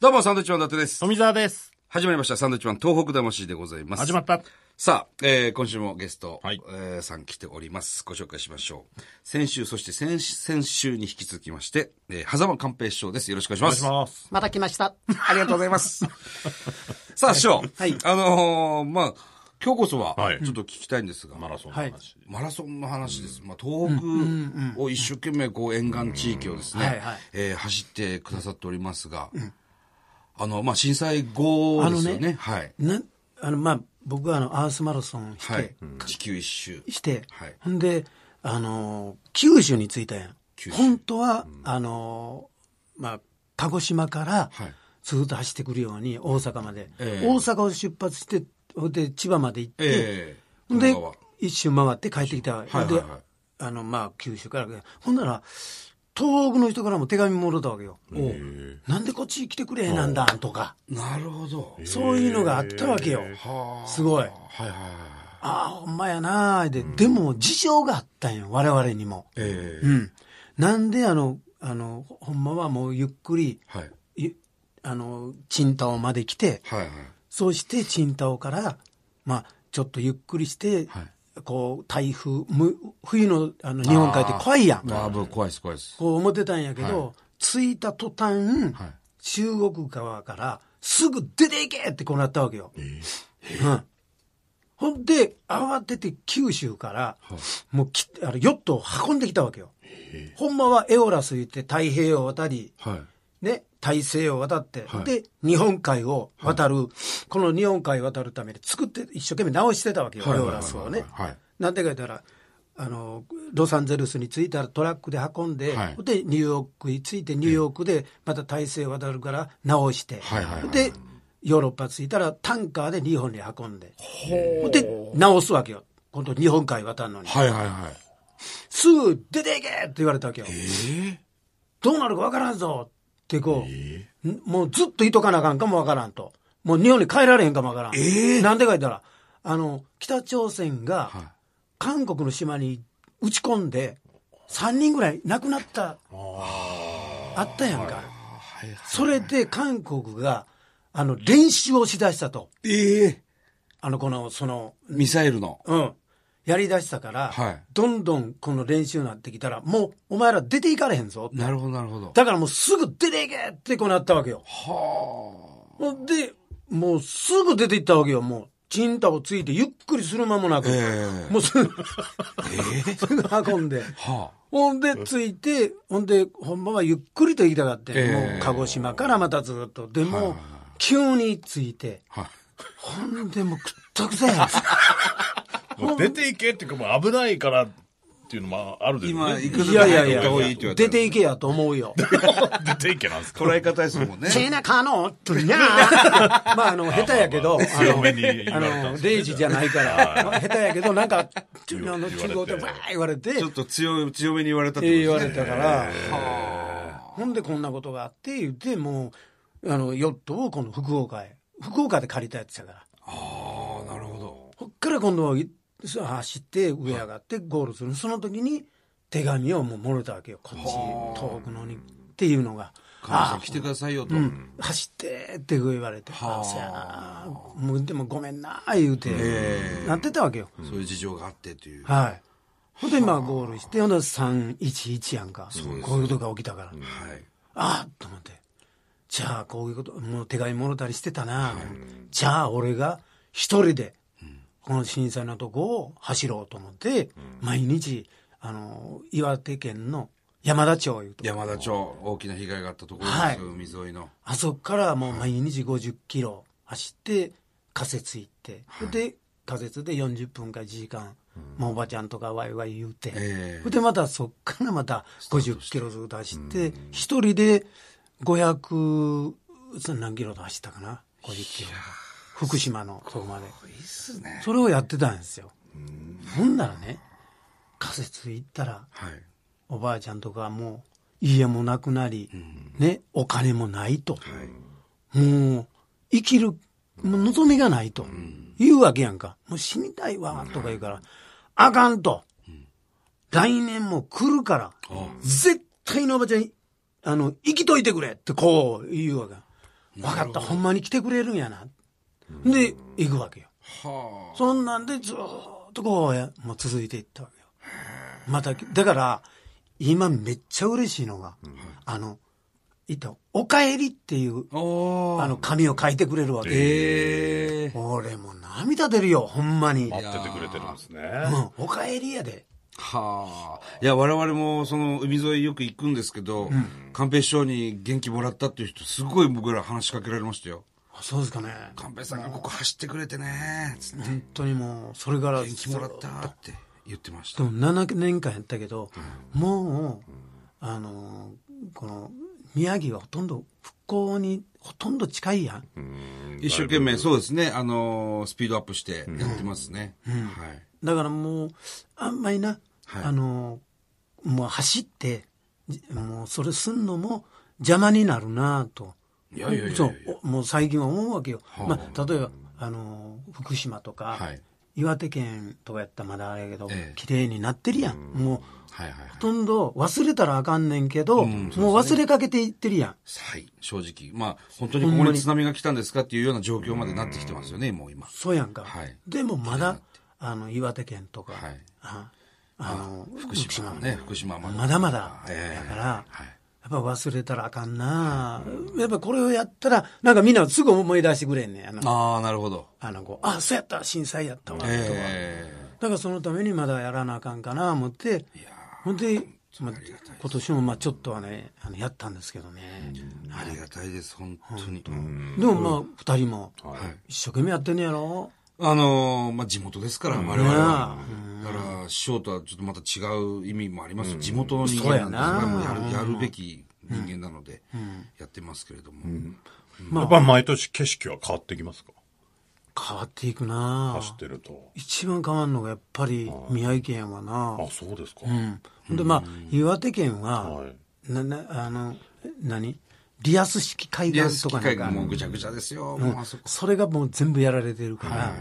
どうも、サンドウィッチマン伊達です。富澤です。始まりました、サンドウィッチマン東北魂でございます。始まった。さあ、えー今週もゲスト、はいえーさん来ております。ご紹介しましょう。先週、そして先先週に引き続きまして、えー、狭間寛平師匠です。よろしくお願いします。ます。また来ました。ありがとうございます。 さあ、師匠。はいあのーまあ、今日こそはは、いちょっと聞きたいんですが、マラソンのはい話。マラソンの話です。まあ、東北を一生懸命こう沿岸地域をですうんはいねはい、えー走ってくださっておりますが、あの、まあ、震災後ですよあね。の ねはい。なあの、まあ、僕はあの、アースマラソンして、はい。地球一周。して、はいほんで、あの、九州に着いたやん九。州本当は、あの、まあ、鹿児島からはい、ずっと走ってくるように、大阪まで、ええ大阪を出発して、ほんで、千葉まで行って、ええほんで神奈、一周回って帰ってきたわけ。はいはいはいほんで、あの、まあ、九州から。ほんなら、東北の人からも手紙もろたわけよ。なんでこっち来てくれへんなんだとか、なるほど。そういうのがあったわけよ。はあすごい。はいはいはい。ああ、ほんまやなーで、でも事情があったんよ、我々にも。ええうん。なんであの、あの、ほんまはもうゆっくり、はい。ゆあの、チンタオまで来て、はいはい。そうしてチンタオから、まあ、ちょっとゆっくりして、はいこう、台風、む冬のあの日本海って怖いやん。ああ、僕怖いです、怖いです。こう思ってたんやけど、着いた途端、はい中国側からすぐ出ていけってこうなったわけよ。うん、ほんで、慌てて九州から、もうきあのヨットを運んできたわけよ。ほんまはエオラス言って太平洋渡り、はい。ね、大西洋渡って、はいで、日本海を渡る、この日本海渡るために作って、一生懸命直してたわけよ、はいはいエはいオはいラスをね。はいなんでか言ったら、あの、ロサンゼルスに着いたらトラックで運んで、はいで、ニューヨークに着いて、ニューヨークでまた大西洋渡るから直して、はいはいはいで、ヨーロッパ着いたらタンカーで日本に運んで、で、直すわけよ。今度日本海渡るのに。はいはいはい。すぐ出ていけって言われたわけよ。ええどうなるかわからんぞってこう、んもうずっといとかなあかんかもわからんと。もう日本に帰られへんかもわからん。ええなんでか言ったら、あの、北朝鮮はいが、韓国の島に撃ち込んで、3人ぐらい亡くなった、あったやんか。それで韓国が、あの、練習をしだしたと。ええあの、この、その、ミサイルの。うん。やりだしたから、はいどんどんこの練習になってきたら、もう、お前ら出ていかれへんぞ。なるほど、なるほど。だからもうすぐ出ていけってこうなったわけよ。ほんで、もうすぐ出て行ったわけよ、もう。チンタをついてゆっくりする間もなく。ええもうすぐ、 すぐ運んで。はあ。ほんで、ついて、ほんで、ほんまはゆっくりと行きたかって、ええもう鹿児島からまたずっと。でも、急に着いて、はい。ほんでもうくったくさやん。もう出ていけっていうか、もう危ないからっていうのもあるでしょう今、ねいくつ いやかいやい入った方がいいやって言われ、出ていいけやと思うよ。 出ていけなんですか捉え方です もんね。背中の とにゃーまああの下手やけどまあまああの強めに言われたんあでのすね0時じゃないからまあ下手やけどなんか中言わ央の中央でわ言われてー言われてちょっと強い強めに言われたってえー言こわとれですね。たからほんでこんなことがあって言ってもうあのヨットをこの福岡へ福岡で借りたやつやからああ、なるほど。こっから今度はいそう走って上上がってゴールするその時に手紙をもう漏れたわけよこっち東北のにっていうのが神さん来てくださいよと。走ってって言われて、はああ、そうやな、もうでもごめんな、言うて、ええなってたわけよ。そういう事情があってという。はい。ほんで、今、ゴールして、ほんで、311やんか。こういうことが起きたから。はい。ああと思って。じゃあ、こういうこと、もう手紙もろたりしてたな。じゃあ、俺が一人で、この震災のとこを走ろうと思って、毎日、あの、岩手県の山田町いうとこ山田町、大きな被害があったところはいですよ、海沿いの。あそこからもう毎日50キロ走って、仮設行って、で、仮設で40分か1時間、もうおばちゃんとかワイワイ言うて、ええで、またそっからまた50キロずっと走って、一人で500、その何キロと走ったかな、50キロ。福島のとこまで。それをやってたんですよ。ほんならね、仮設行ったら、はい。おばあちゃんとかもう家もなくなり、ね、お金もないと、もう生きるもう望みがないと、言うわけやんかもう死にたいわとか言うから、あかんと、来年も来るから、絶対のおばちゃんにあの生きといてくれってこう言うわけ分かった、ほんまに来てくれるんやな。で、行くわけよ。はそんなんでずーっとこうや、もう続いていったわけよ。また、だから、今めっちゃ嬉しいのが、あの、いった、おかえりっていう、あ。おーあの、紙を書いてくれるわけ。ええ俺もう涙出るよ、ほんまに。待っててくれてるんですね。うん、おかえりやで。はあ。いや、我々も、その、海沿いよく行くんですけど、寛平師匠に元気もらったっていう人、すごい僕ら話しかけられましたよ。あそうですかね。寛平さんがここ走ってくれてね、つって、本当にもう、それから、元気もらったって言ってまししたか。も7年間やったけど、もう、あのーこの宮城はほとんど復興にほとんど近いやん、一生懸命、そうですね、あのースピードアップしてやってますね。はい。だからもうあんまりな、はいあのーもう走ってじもうそれすんのも邪魔になるなぁといやいやいやいやそうおもう最近は思うわけよ、あまあ、例えば、あのー福島とか、はい岩手県とかやったらまだあれやけど、ええ綺麗になってるやん、もうはいはいはいほ。とんど忘れたらあかんねんけど、もう忘れかけていってるやん。はい、正直。まあ、本当にここに津波が来たんですかっていうような状況までなってきてますよね、もう今。そうやんか。はいでもまだ、あの、岩手県とか、はいああの、福島もね、福島も。まだまだ、えだえから、はい。やっぱ忘れたらあかんな、やっぱこれをやったら、なんかみんなすぐ思い出してくれんねんあの、ああ、なるほど。あの子、あ、そうやった、震災やったわ、とか。えだからそのためにまだやらなあかんかな思ってえいやほんで、まあ、今年もまあちょっとはねあのやったんですけどね、ーありがたいです、本当に。でもまあ二人も一生懸命やってんねやろ、あのーまあ、地元ですから、我々は。だから、師匠とはちょっとまた違う意味もあります。地元の人間なんで、そうそれやなもやるやるべき人間なので、やってますけれども。やっぱ毎年景色は変わってきますか変わっていくな走ってると。一番変わるのがやっぱり宮城県はなあ、そうですか。うんほんでまあ岩手県は、はいななあのえ何リアス式海いや、岸と機かな会んがかもうぐちゃぐちゃですよ、もうあそこ。それがもう全部やられてるから、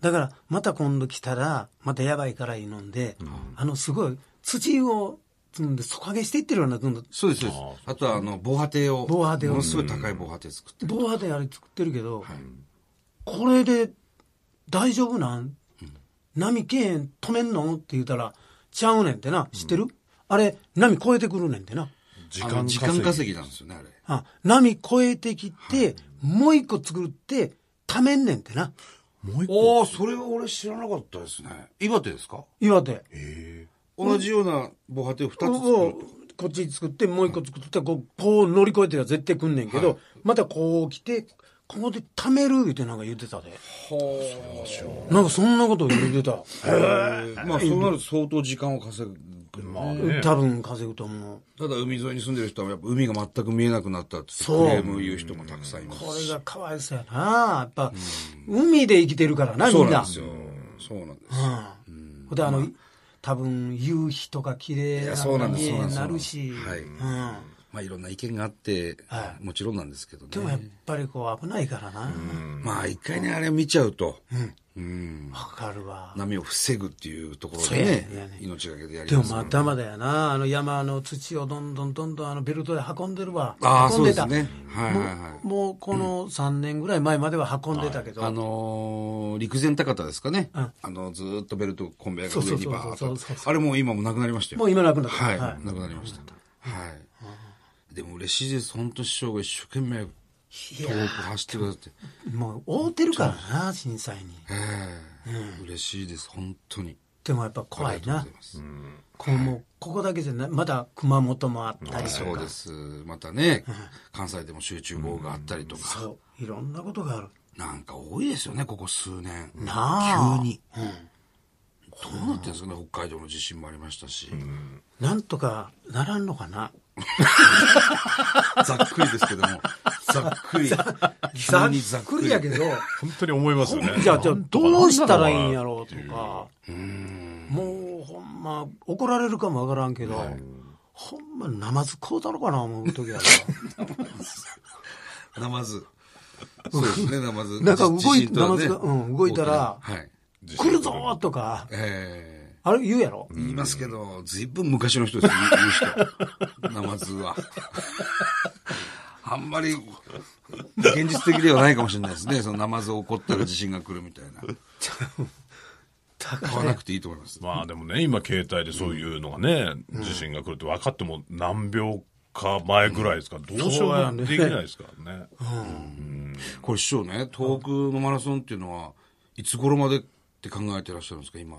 だからまた今度来たらまたやばいから飲んで、あのすごい土を積んで底上げしていってるようなどんどんそうです、そうです。あとは、あの、防波堤を。防波堤をものすごい高い防波堤作って。防波堤あれ作ってるけど、これで大丈夫なん、波けえへん止めんのって言うたらちゃうねんってな知ってる、あれ波越えてくるねんってな時あの間時稼間ぎ。稼ぎなんですよね、あれ。あ波越えてきて、もう一個作ってためんねんってなもう一個。ああ、それは俺知らなかったですね。岩手ですか岩手え同じような防波堤を2つ作をる。こっち作ってもう一個作ってこうこう乗り越えては絶対来んねんけど、またこう来てここで貯めるってなんか言ってたでなんかそんなこと言ってたえーまあそうなると相当時間を稼ぐ。えまあね。多分稼ぐと思うただ海沿いに住んでる人はやっぱ海が全く見えなくなったってクそうレームを言う人もたくさんいます。これがかわいそうやなやっぱ、海で生きてるからなみそうんなんなですよ。そうなんです。うんほんであの、多分夕日とか綺麗いやなそうなんですにそうなんですなるしそうなんですうんまあいろんな意見があって、もちろんなんですけどでもやねっ。ぱりこう危ないからな、わまあ一回ね、あれを見ちゃうと、うんかるわ波を防ぐっていうところそうでやねねいやね、命がけでやりでまもすからまだまだやな、あの山の土をどんどんどんどんあのベルトで運んでるわ、ああ、運そんうででたすね。はいはいはい。もうこの3年ぐらい前までは運んでたけど、あのー陸前高田ですかね。うんあの、ずーっとベルトコンベヤーが上にバーッそうそうそうそとうそうそ。あれもう今もなくなりましたよ。もう今なくなった、はい、なくなりました。はい。でも嬉しいです。本当師匠が一生懸命、遠く走ってくださって。もう覆ってるからな、震災に。ええ嬉しいです。本当に。でもやっぱ怖あいりがとうござない、ます。こうもうここだけじゃない、まだ熊本もあったりとそうか、です。またね、関西でも集中豪雨があったりとか、そういろんなことがある。なんか多いですよね、ここ数年。なあ急に。どうなってんですかね、北海道の地震もありましたし。なんとかならんのかな。ざっくりですけども、ざっくり。ざ急にざっっくくりりやけど、本当に思いますよね。じゃあ、じゃあなんとかどうしたらいいんやろろうとか、もうほんま、怒られるかもわからんけど、ほんま、ナマズこうだろうかな思う時やかナマズ。そうですね、ナマズ。なんか動い地震とはナマズがうん動いたら大きなはい。来るぞーとか、えあれ言うやろー、言いますけど、ずいぶん昔の人です、言う言う人。ナマズは。あんまり、現実的ではないかもしれないですね。そのナマズを怒ったら地震が来るみたいな。だ買かわらなくていいと思います。まあでもね、今携帯でそういうのがね、地震が来るって分かっても何秒か前ぐらいですから、どうしようもできないですからね。これ師匠ね、東北のマラソンっていうのは、いつ頃までって考えてらっしゃるんですか、今。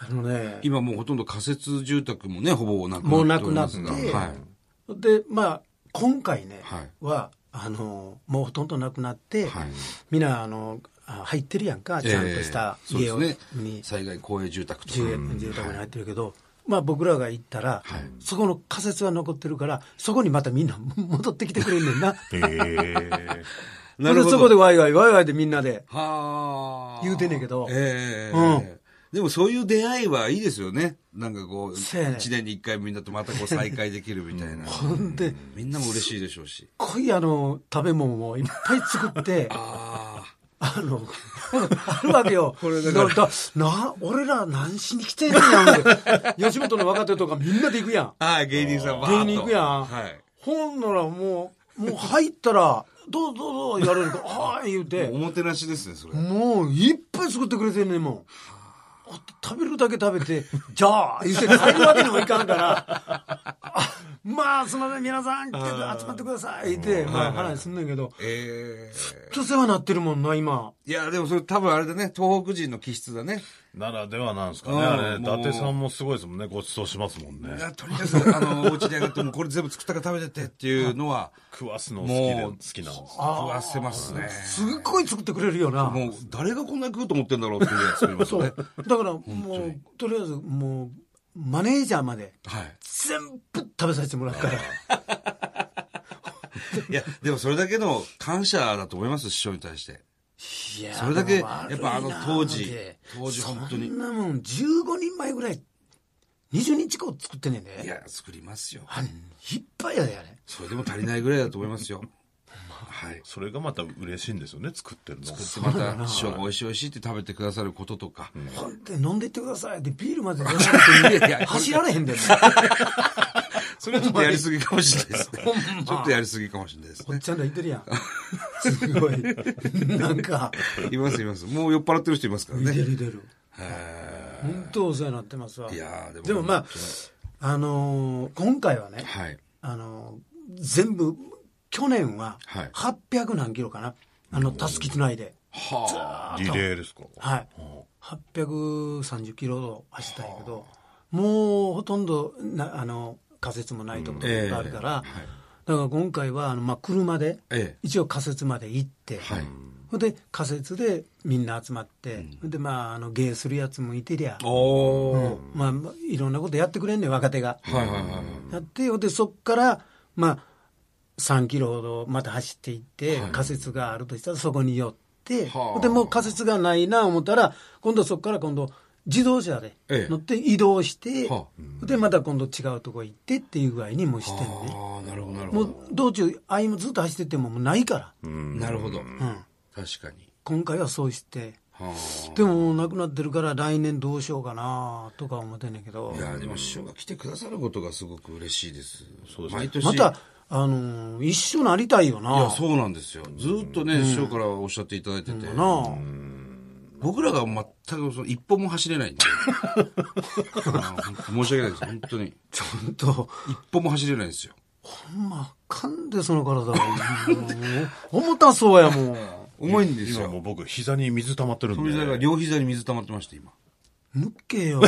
あのね、今もうほとんど仮設住宅もね、ほぼなくもうななっておりくなまってすが。はい。で、まあ、今回ね、はいは、あの、もうほとんどなくなって、はいみんな、あの、あ入ってるやんか、ちゃんとしたええ家そを、うですねに、災害公営住宅とか。住住宅に入ってるけど、まあ僕らが行ったら、そこの仮設は残ってるから、そこにまたみんな戻ってきてくれんねんな。へえ。 なるほどそれでそこでワイワイ、ワイワイでみんなで。はあ。言うてんねんけどええうんでもそういう出会いはいいですよね。なんかこう、せやねん一年に一回みんなとまたこう再会できるみたいな。ほんで、みんなも嬉しいでしょうし。濃いあの、食べ物もいっぱい作っ て、ああ。あの、あるわけよ。 これだからな、俺ら何しに来てんねやん って。吉本の若手とかみんなで行くやん。ああ、芸人さんばーっと芸人行くやん。はい。ほんならもう、もう入ったら、どうぞどうぞ言われるから、 ああ言もううおて、もてなしですね、それ。もういっぱい作ってくれてんねんもん。食べるだけ食べて、 じゃあ言うて帰るわけにもいかんから、 あまあすみません皆さん、集まってください言って、まあ話すんねんけど、ええちょっと世話なってるもんな、今。いや、でもそれ多分あれだね、東北人の気質だね。ならではなんですかうね。んあれ、伊もう達さんもすごいですもんね。ごちそうしますもんねい。や、とりあえ ず、あの、お家に上がってもうこれ全部作ったから食べてってっていうのは、食わすの好きで、も好うきなんです。食わせますね。すっごい作ってくれるよな。もう、誰がこんなに食うと思ってんだろうっていうぐらい作ります そよねう。。だからもう、とりあえずもう、マネージャーまではい。全部食べさせてもらうから。いや、でもそれだけの感謝だと思います、師匠に対して。いやそれだけでも悪いなやっぱあの当時で当時本当にそんなもん、15人前ぐらい、20人近く作ってんねんいで。や、作りますよ。あれ、いっぱいやで、あれ。それでも足りないぐらいだと思いますよ。はい。それがまた嬉しいんですよね、作ってるの。でまた、師匠が美味しい美味しいって食べてくださることとか。ほんで、飲んでいってくださいって、ビールまで飲んでいっ ていや走られへんで、もうそれはちょっとやりすぎかもしれないですね。ちょっとやりすぎかもしれないですおっね。ちゃんらいてるやん。すごい。なんか、いますいます。もう酔っ払ってる人いますからいてね。るいてる。へ本当お世話になってますわ。いやーでもでもまあ本当に、あのー今回はね、ーはい。あの、全部、去年ははい800何キロかな。あの、たすきつないで。はあ。リレーですか。はい。830キロを走ったんやけど、もうほとんどな、あの、仮説もないところうんがあるから、ええはいだから今回は、あの、まあ、車で、ええ一応仮説まで行って、はい。ほんで、仮説でみんな集まって、ほんで、まあ、あの、芸するやつもいてりゃ、おー。まあ、いろんなことやってくれんねん、若手が。はいはいはいはい。やってほんでそこから、まあ、3キロほどまた走っていって、仮設があるとしたらそこに寄って、はあほんでもう仮設がないな思ったら今度そこから今度自動車でええ乗って移動して、はほんでまた今度違うとこ行ってっていう具合にもうしてんねああ、なるほどなるもほう道中あいもずっと走っててももうないから、ど。なるほど。うん確かに。今回はそうしてはあ。でももうなくなってるから来年どうしようかなとか思ってんねんけどいやでも師匠が来てくださることがすごく嬉しいです。そうですね毎年また、あのー一緒なりたいよないやそうなんですよ。ずっとね、師匠からおっしゃっていただいてて、なあ、僕らが全くその一歩も走れないんで。あの本当申し訳ないです本当にちょっと、一歩も走れないんですよ。ほんま、かんでその体は。重たそうやもん。重いんです今もよ。う僕、膝に水溜まってるん富澤がで。両膝に水溜まってまして今。抜 けよ。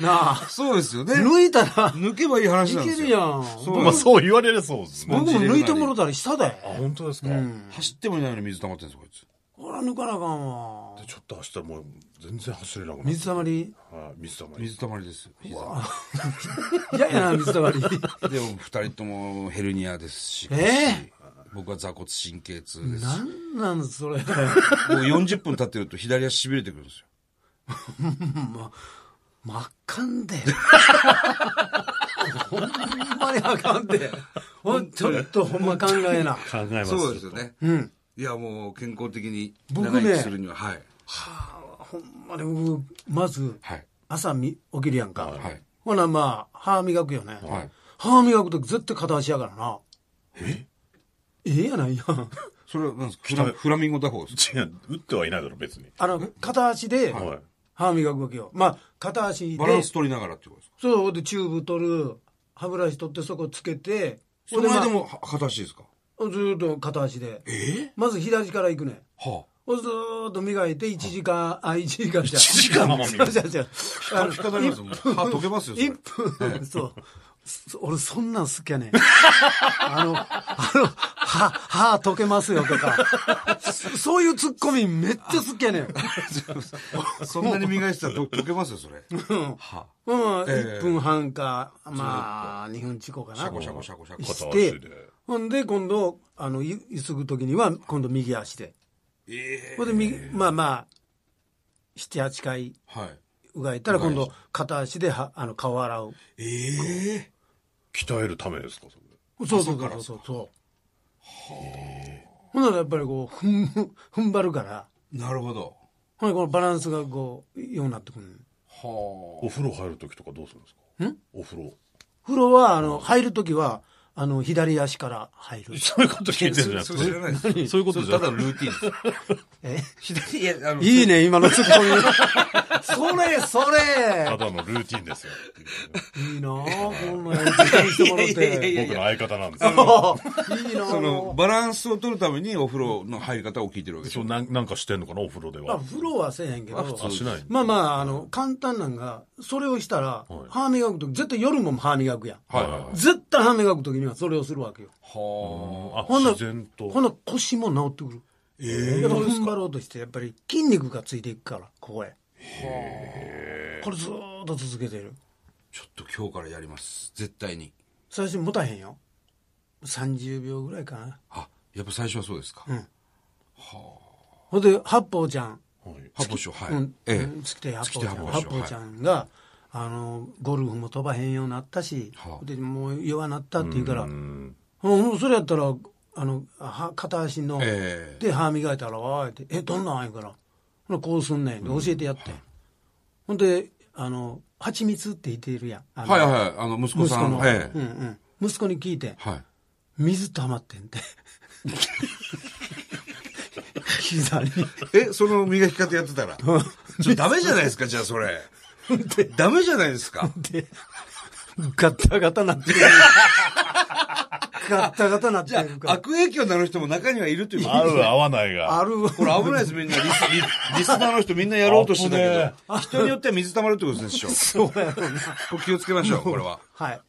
なあ、そうですよね。抜いたら、 抜けばいい話いなんでけするよ。やん。そうまあそう言われるそうですね。僕も抜いてもろたら下だあ、よ。本当ですか。走ってもいないのに水溜まってるんですよこいつ。ほら、抜かなあかんわ。でちょっと走ったらもう全然走れなくなる水たまり。はい水溜まり。水溜まりです。嫌やな、水たまり。でも二人ともヘルニアですし。え僕は座骨神経痛ですし。なんなん、それ。もう40分経ってると左足痺れてくるんですよ。まっかんで。 ほんまにあかんで。ほんちょっとほんま考えな。考えます。そうですよね。うん。いや、もう健康的に僕長ね生きするには、はい。ほんまに僕、まず、はい。朝み起きるやんか。はいほな、まあ、歯磨くよね。はい歯磨くとき絶対片足やからな。ええやないやん。 それは何ですかフラフラミンゴ打法ですか違う、打ってはいないだろ、別に。あの、片足ではい歯磨くわけよ。まあ、片足で。バランス取りながらってことですかそう、ほんでチューブ取る、歯ブラシ取ってそこつけて、そのほん間でまもは片足ですかあずーっと片足で。えまず左から行くね。はほんでずーっと磨いて1時間、あ、1時間じゃ。 1時間も 磨くじゃじゃ。あのあ。引っかかりますよ。歯溶けますよ。それ一分、そう。そ俺、そんなん好きや ねん。あの、あの、は、歯溶けますよとか。そそういうツッコミめっちゃ好き やねん。 そんなに磨いてたら溶溶けますよ、それ。うん。はうん、ええ1分半か、まあ、2分近くかな。シャコシャコシャコシャコ。片し足てで。、ほんで、今度、あの、ゆゆすぐときには、今度右足で。ええほんで、右、まあまあ、7、8回はい。うがいたら、今度、片足では、あの、顔洗う。ええ鍛えるためですか、それ。そうそうそうそうそう。ほんならやっぱりこう、ふん、 踏ん張るから、なるほど。ほんでこのバランスがこう、ようになってくる。はお風呂入るときとかどうするんですかんお風呂。 風呂は、あの、入るときは、あの、左足から入る。そういうこと聞いてるんじゃなあ。くそれ知らないです。て。そういうことそじれゃたなだくのて。ルーティンです。 え左、いや、あの、いいね、今のツッコミ。それ、そたれだのルーティンですよ。いいなぁ、こんなん時間してもらっいやいやいて。や僕の相方なんですあよ。いいなその、ぁ。バランスを取るためにお風呂の入り方を聞いてるわけでしそょう。なんなんかしてんのかな、お風呂でまあは。風呂はせえへんけど。あ、しない。まあまあ、あの、簡単なんが、それをしたら、はい歯磨くとき、絶対夜も歯磨くやん。はいはいはい。絶対歯磨くときにはそれをするわけよ。はあ、ほんな自然と。ほな腰も治ってくる。ええやっぱ踏ん張ろうとして、やっぱり筋肉がついていくから、ここへ。これずーっと続けてる。ちょっと今日からやります。絶対に。最初持たへんよ。30秒ぐらいかな。あ、やっぱ最初はそうですか。ほんで、八方ちゃん。はい八方師匠、はい。うん、ええ。月亭八方ちゃん。月八亭八方方ちちゃゃんが、あの、ゴルフも飛ばへんようになったし、はあで、もう弱なったって言うから、うん。うん、それやったら、あの、は片足の、ええで、歯磨いたら、わーって、え、どんなん言うから、ほなこうすんねん、教えてやって。ほんで、あの、蜂蜜って言っているやん。あのはいはい。あの、息子息さ子んの、の。えうえんうん。息子に聞いて、はい。水溜まって んって。膝に。え、その磨き方やってた ら。ちょダメじゃないですか、じゃあそれ。ダメじゃないですか。で、ガッタガタなってる。ガッタガタなっじゃてるあ、から。悪影響になる人も中にはいるということ合う合わないが。あるこれ危ないです、みんな。リスリ リスナーの人みんなやろうとしてたけど。人によっては水溜まるってこと ですでしょ。そうやろうな。これ気をつけましょう、これは。はい。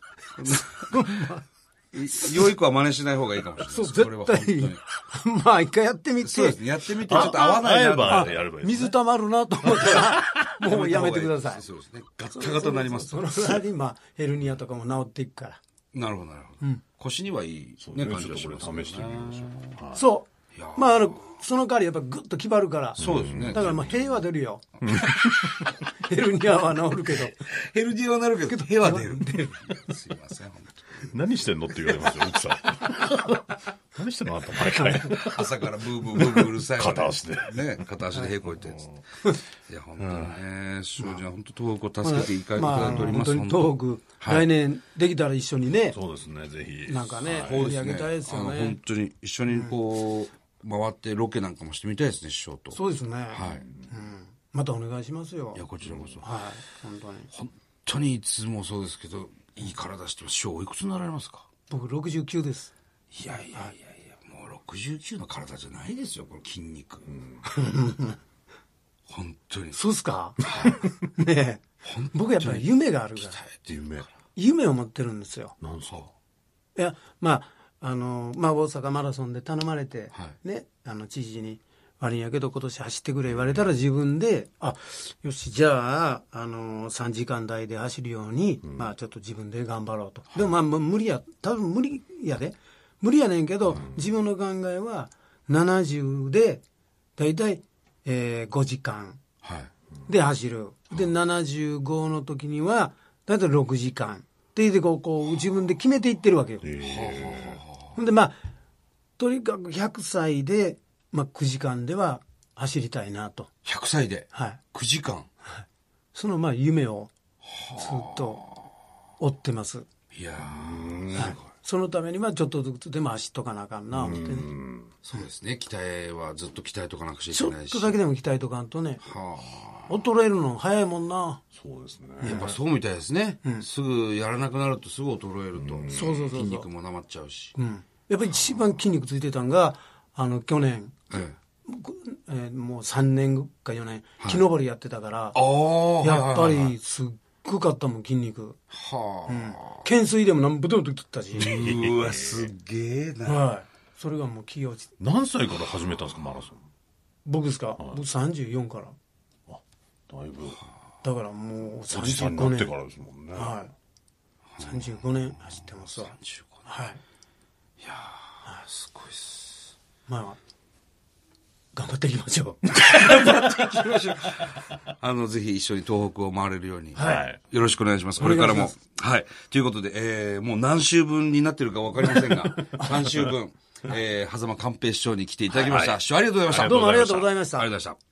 い良い子は真似しない方がいいかもしれないです。そう、これは本絶当対に。まあ、一回やってみて。そうですね。やってみて、ちょあっと合わないな合えとばやればいいですね。水溜まるなと 思ったら、もうやめてください。そうですね。ガッタガタになりますそ。の代わり、まあ、ヘルニアとかも治っていくかなるほど、なるほど。腰にはいい、そうね、ね感ちじょがっしとます。これ試してみましょう。ら。はそういや。ーまあ、あの、その代わりやっぱグッと決まるから。そうですねだからまあ、平和出る よ。ヘルニアは治るけど。ヘルニアはなるけど、ヘは出る。すいません、本い何してんのって言われますよ、 奥さん。何してんのあんた、毎回。当に朝からブーブーブーブーうるさいわね。片足でね、片足で平行行ってやつって。いや、本当にね、師匠じゃ本当東北を助けていかれていただいております。本当に東北、はい来年できたら一緒にね、そうですね、ぜひ。なんかね、そう盛り上げたいですよあの本ね。当に一緒にこう、回ってロケなんかもしてみたいですね、師匠と。そうですね。はい。うんまたお願いしますよいや、。こちらこそ。はい、本当に。本当にいつもそうですけど、いい体してます。師匠、おいくつになられますか僕69です。いやいやいやいや、もう69の体じゃないですよ、この筋肉。 本当に。そうっすか ねえ。僕やっぱり夢があるから。って夢。夢を持ってるんですよ。なんすかいや、まあ、あの、まあ、大阪マラソンで頼まれて、はね、あの、知事に、悪いんやけど今年走ってくれ言われたら自分で、あ、よし、じゃあ、あの、3時間台で走るように、まあ、ちょっと自分で頑張ろうと。でも、まあ、もう無理や、多分無理やで。無理やねんけど、自分の考えは、70で、だいたい、えー5時間はい。で走る。で、75の時には、だいたい6時間。っていうでこう、こう、自分で決めていってるわけよ。ほんで、まあ、とにかく100歳で、まあ、9時間では走りたいなと。 100歳ではい。 9時間。その、まあ、夢を、ずっと、追ってます。いいやー、はいそのためにはちょっとずつでも走っとかなあかんな思ってねそうですね。鍛えはずっと鍛えとかなくちゃいちけょっないし。とだけでも鍛えとかんとねは衰えるの早いもんなそうですね。あ、やっぱそうみたいですね、すぐやらなくなるとすぐ衰えると。そうそうそうそう筋肉もなまっちゃうし。うんやっぱり一番筋肉ついてたんがあの去年、えええーもう3年か4年木登りやってたから、ああ、やっぱはいはいはいりすっごかったもん筋肉は懸垂でも何ぶともと切ったし、あ、うわ、すげえな。はい、それがもう起業し何歳から始めたんですか、マラソン。僕ですか、僕34からあ、だいぶ、だからもうおじさんにな35って年からですもんね。はい35年走ってますわ中古はいあすごいっす。まあ頑張っていきましょうあの、ぜひ一緒に東北を回れるように。はい。よろしくお願いします。こ願いれしまかすらも。はい。ということで、えー、もう何週分になってるかわかりません が、3週分、えー、狭間寛平師匠に来ていただきました。師匠ありがとうございました。はいどうもありがとうございましたありがとうございました。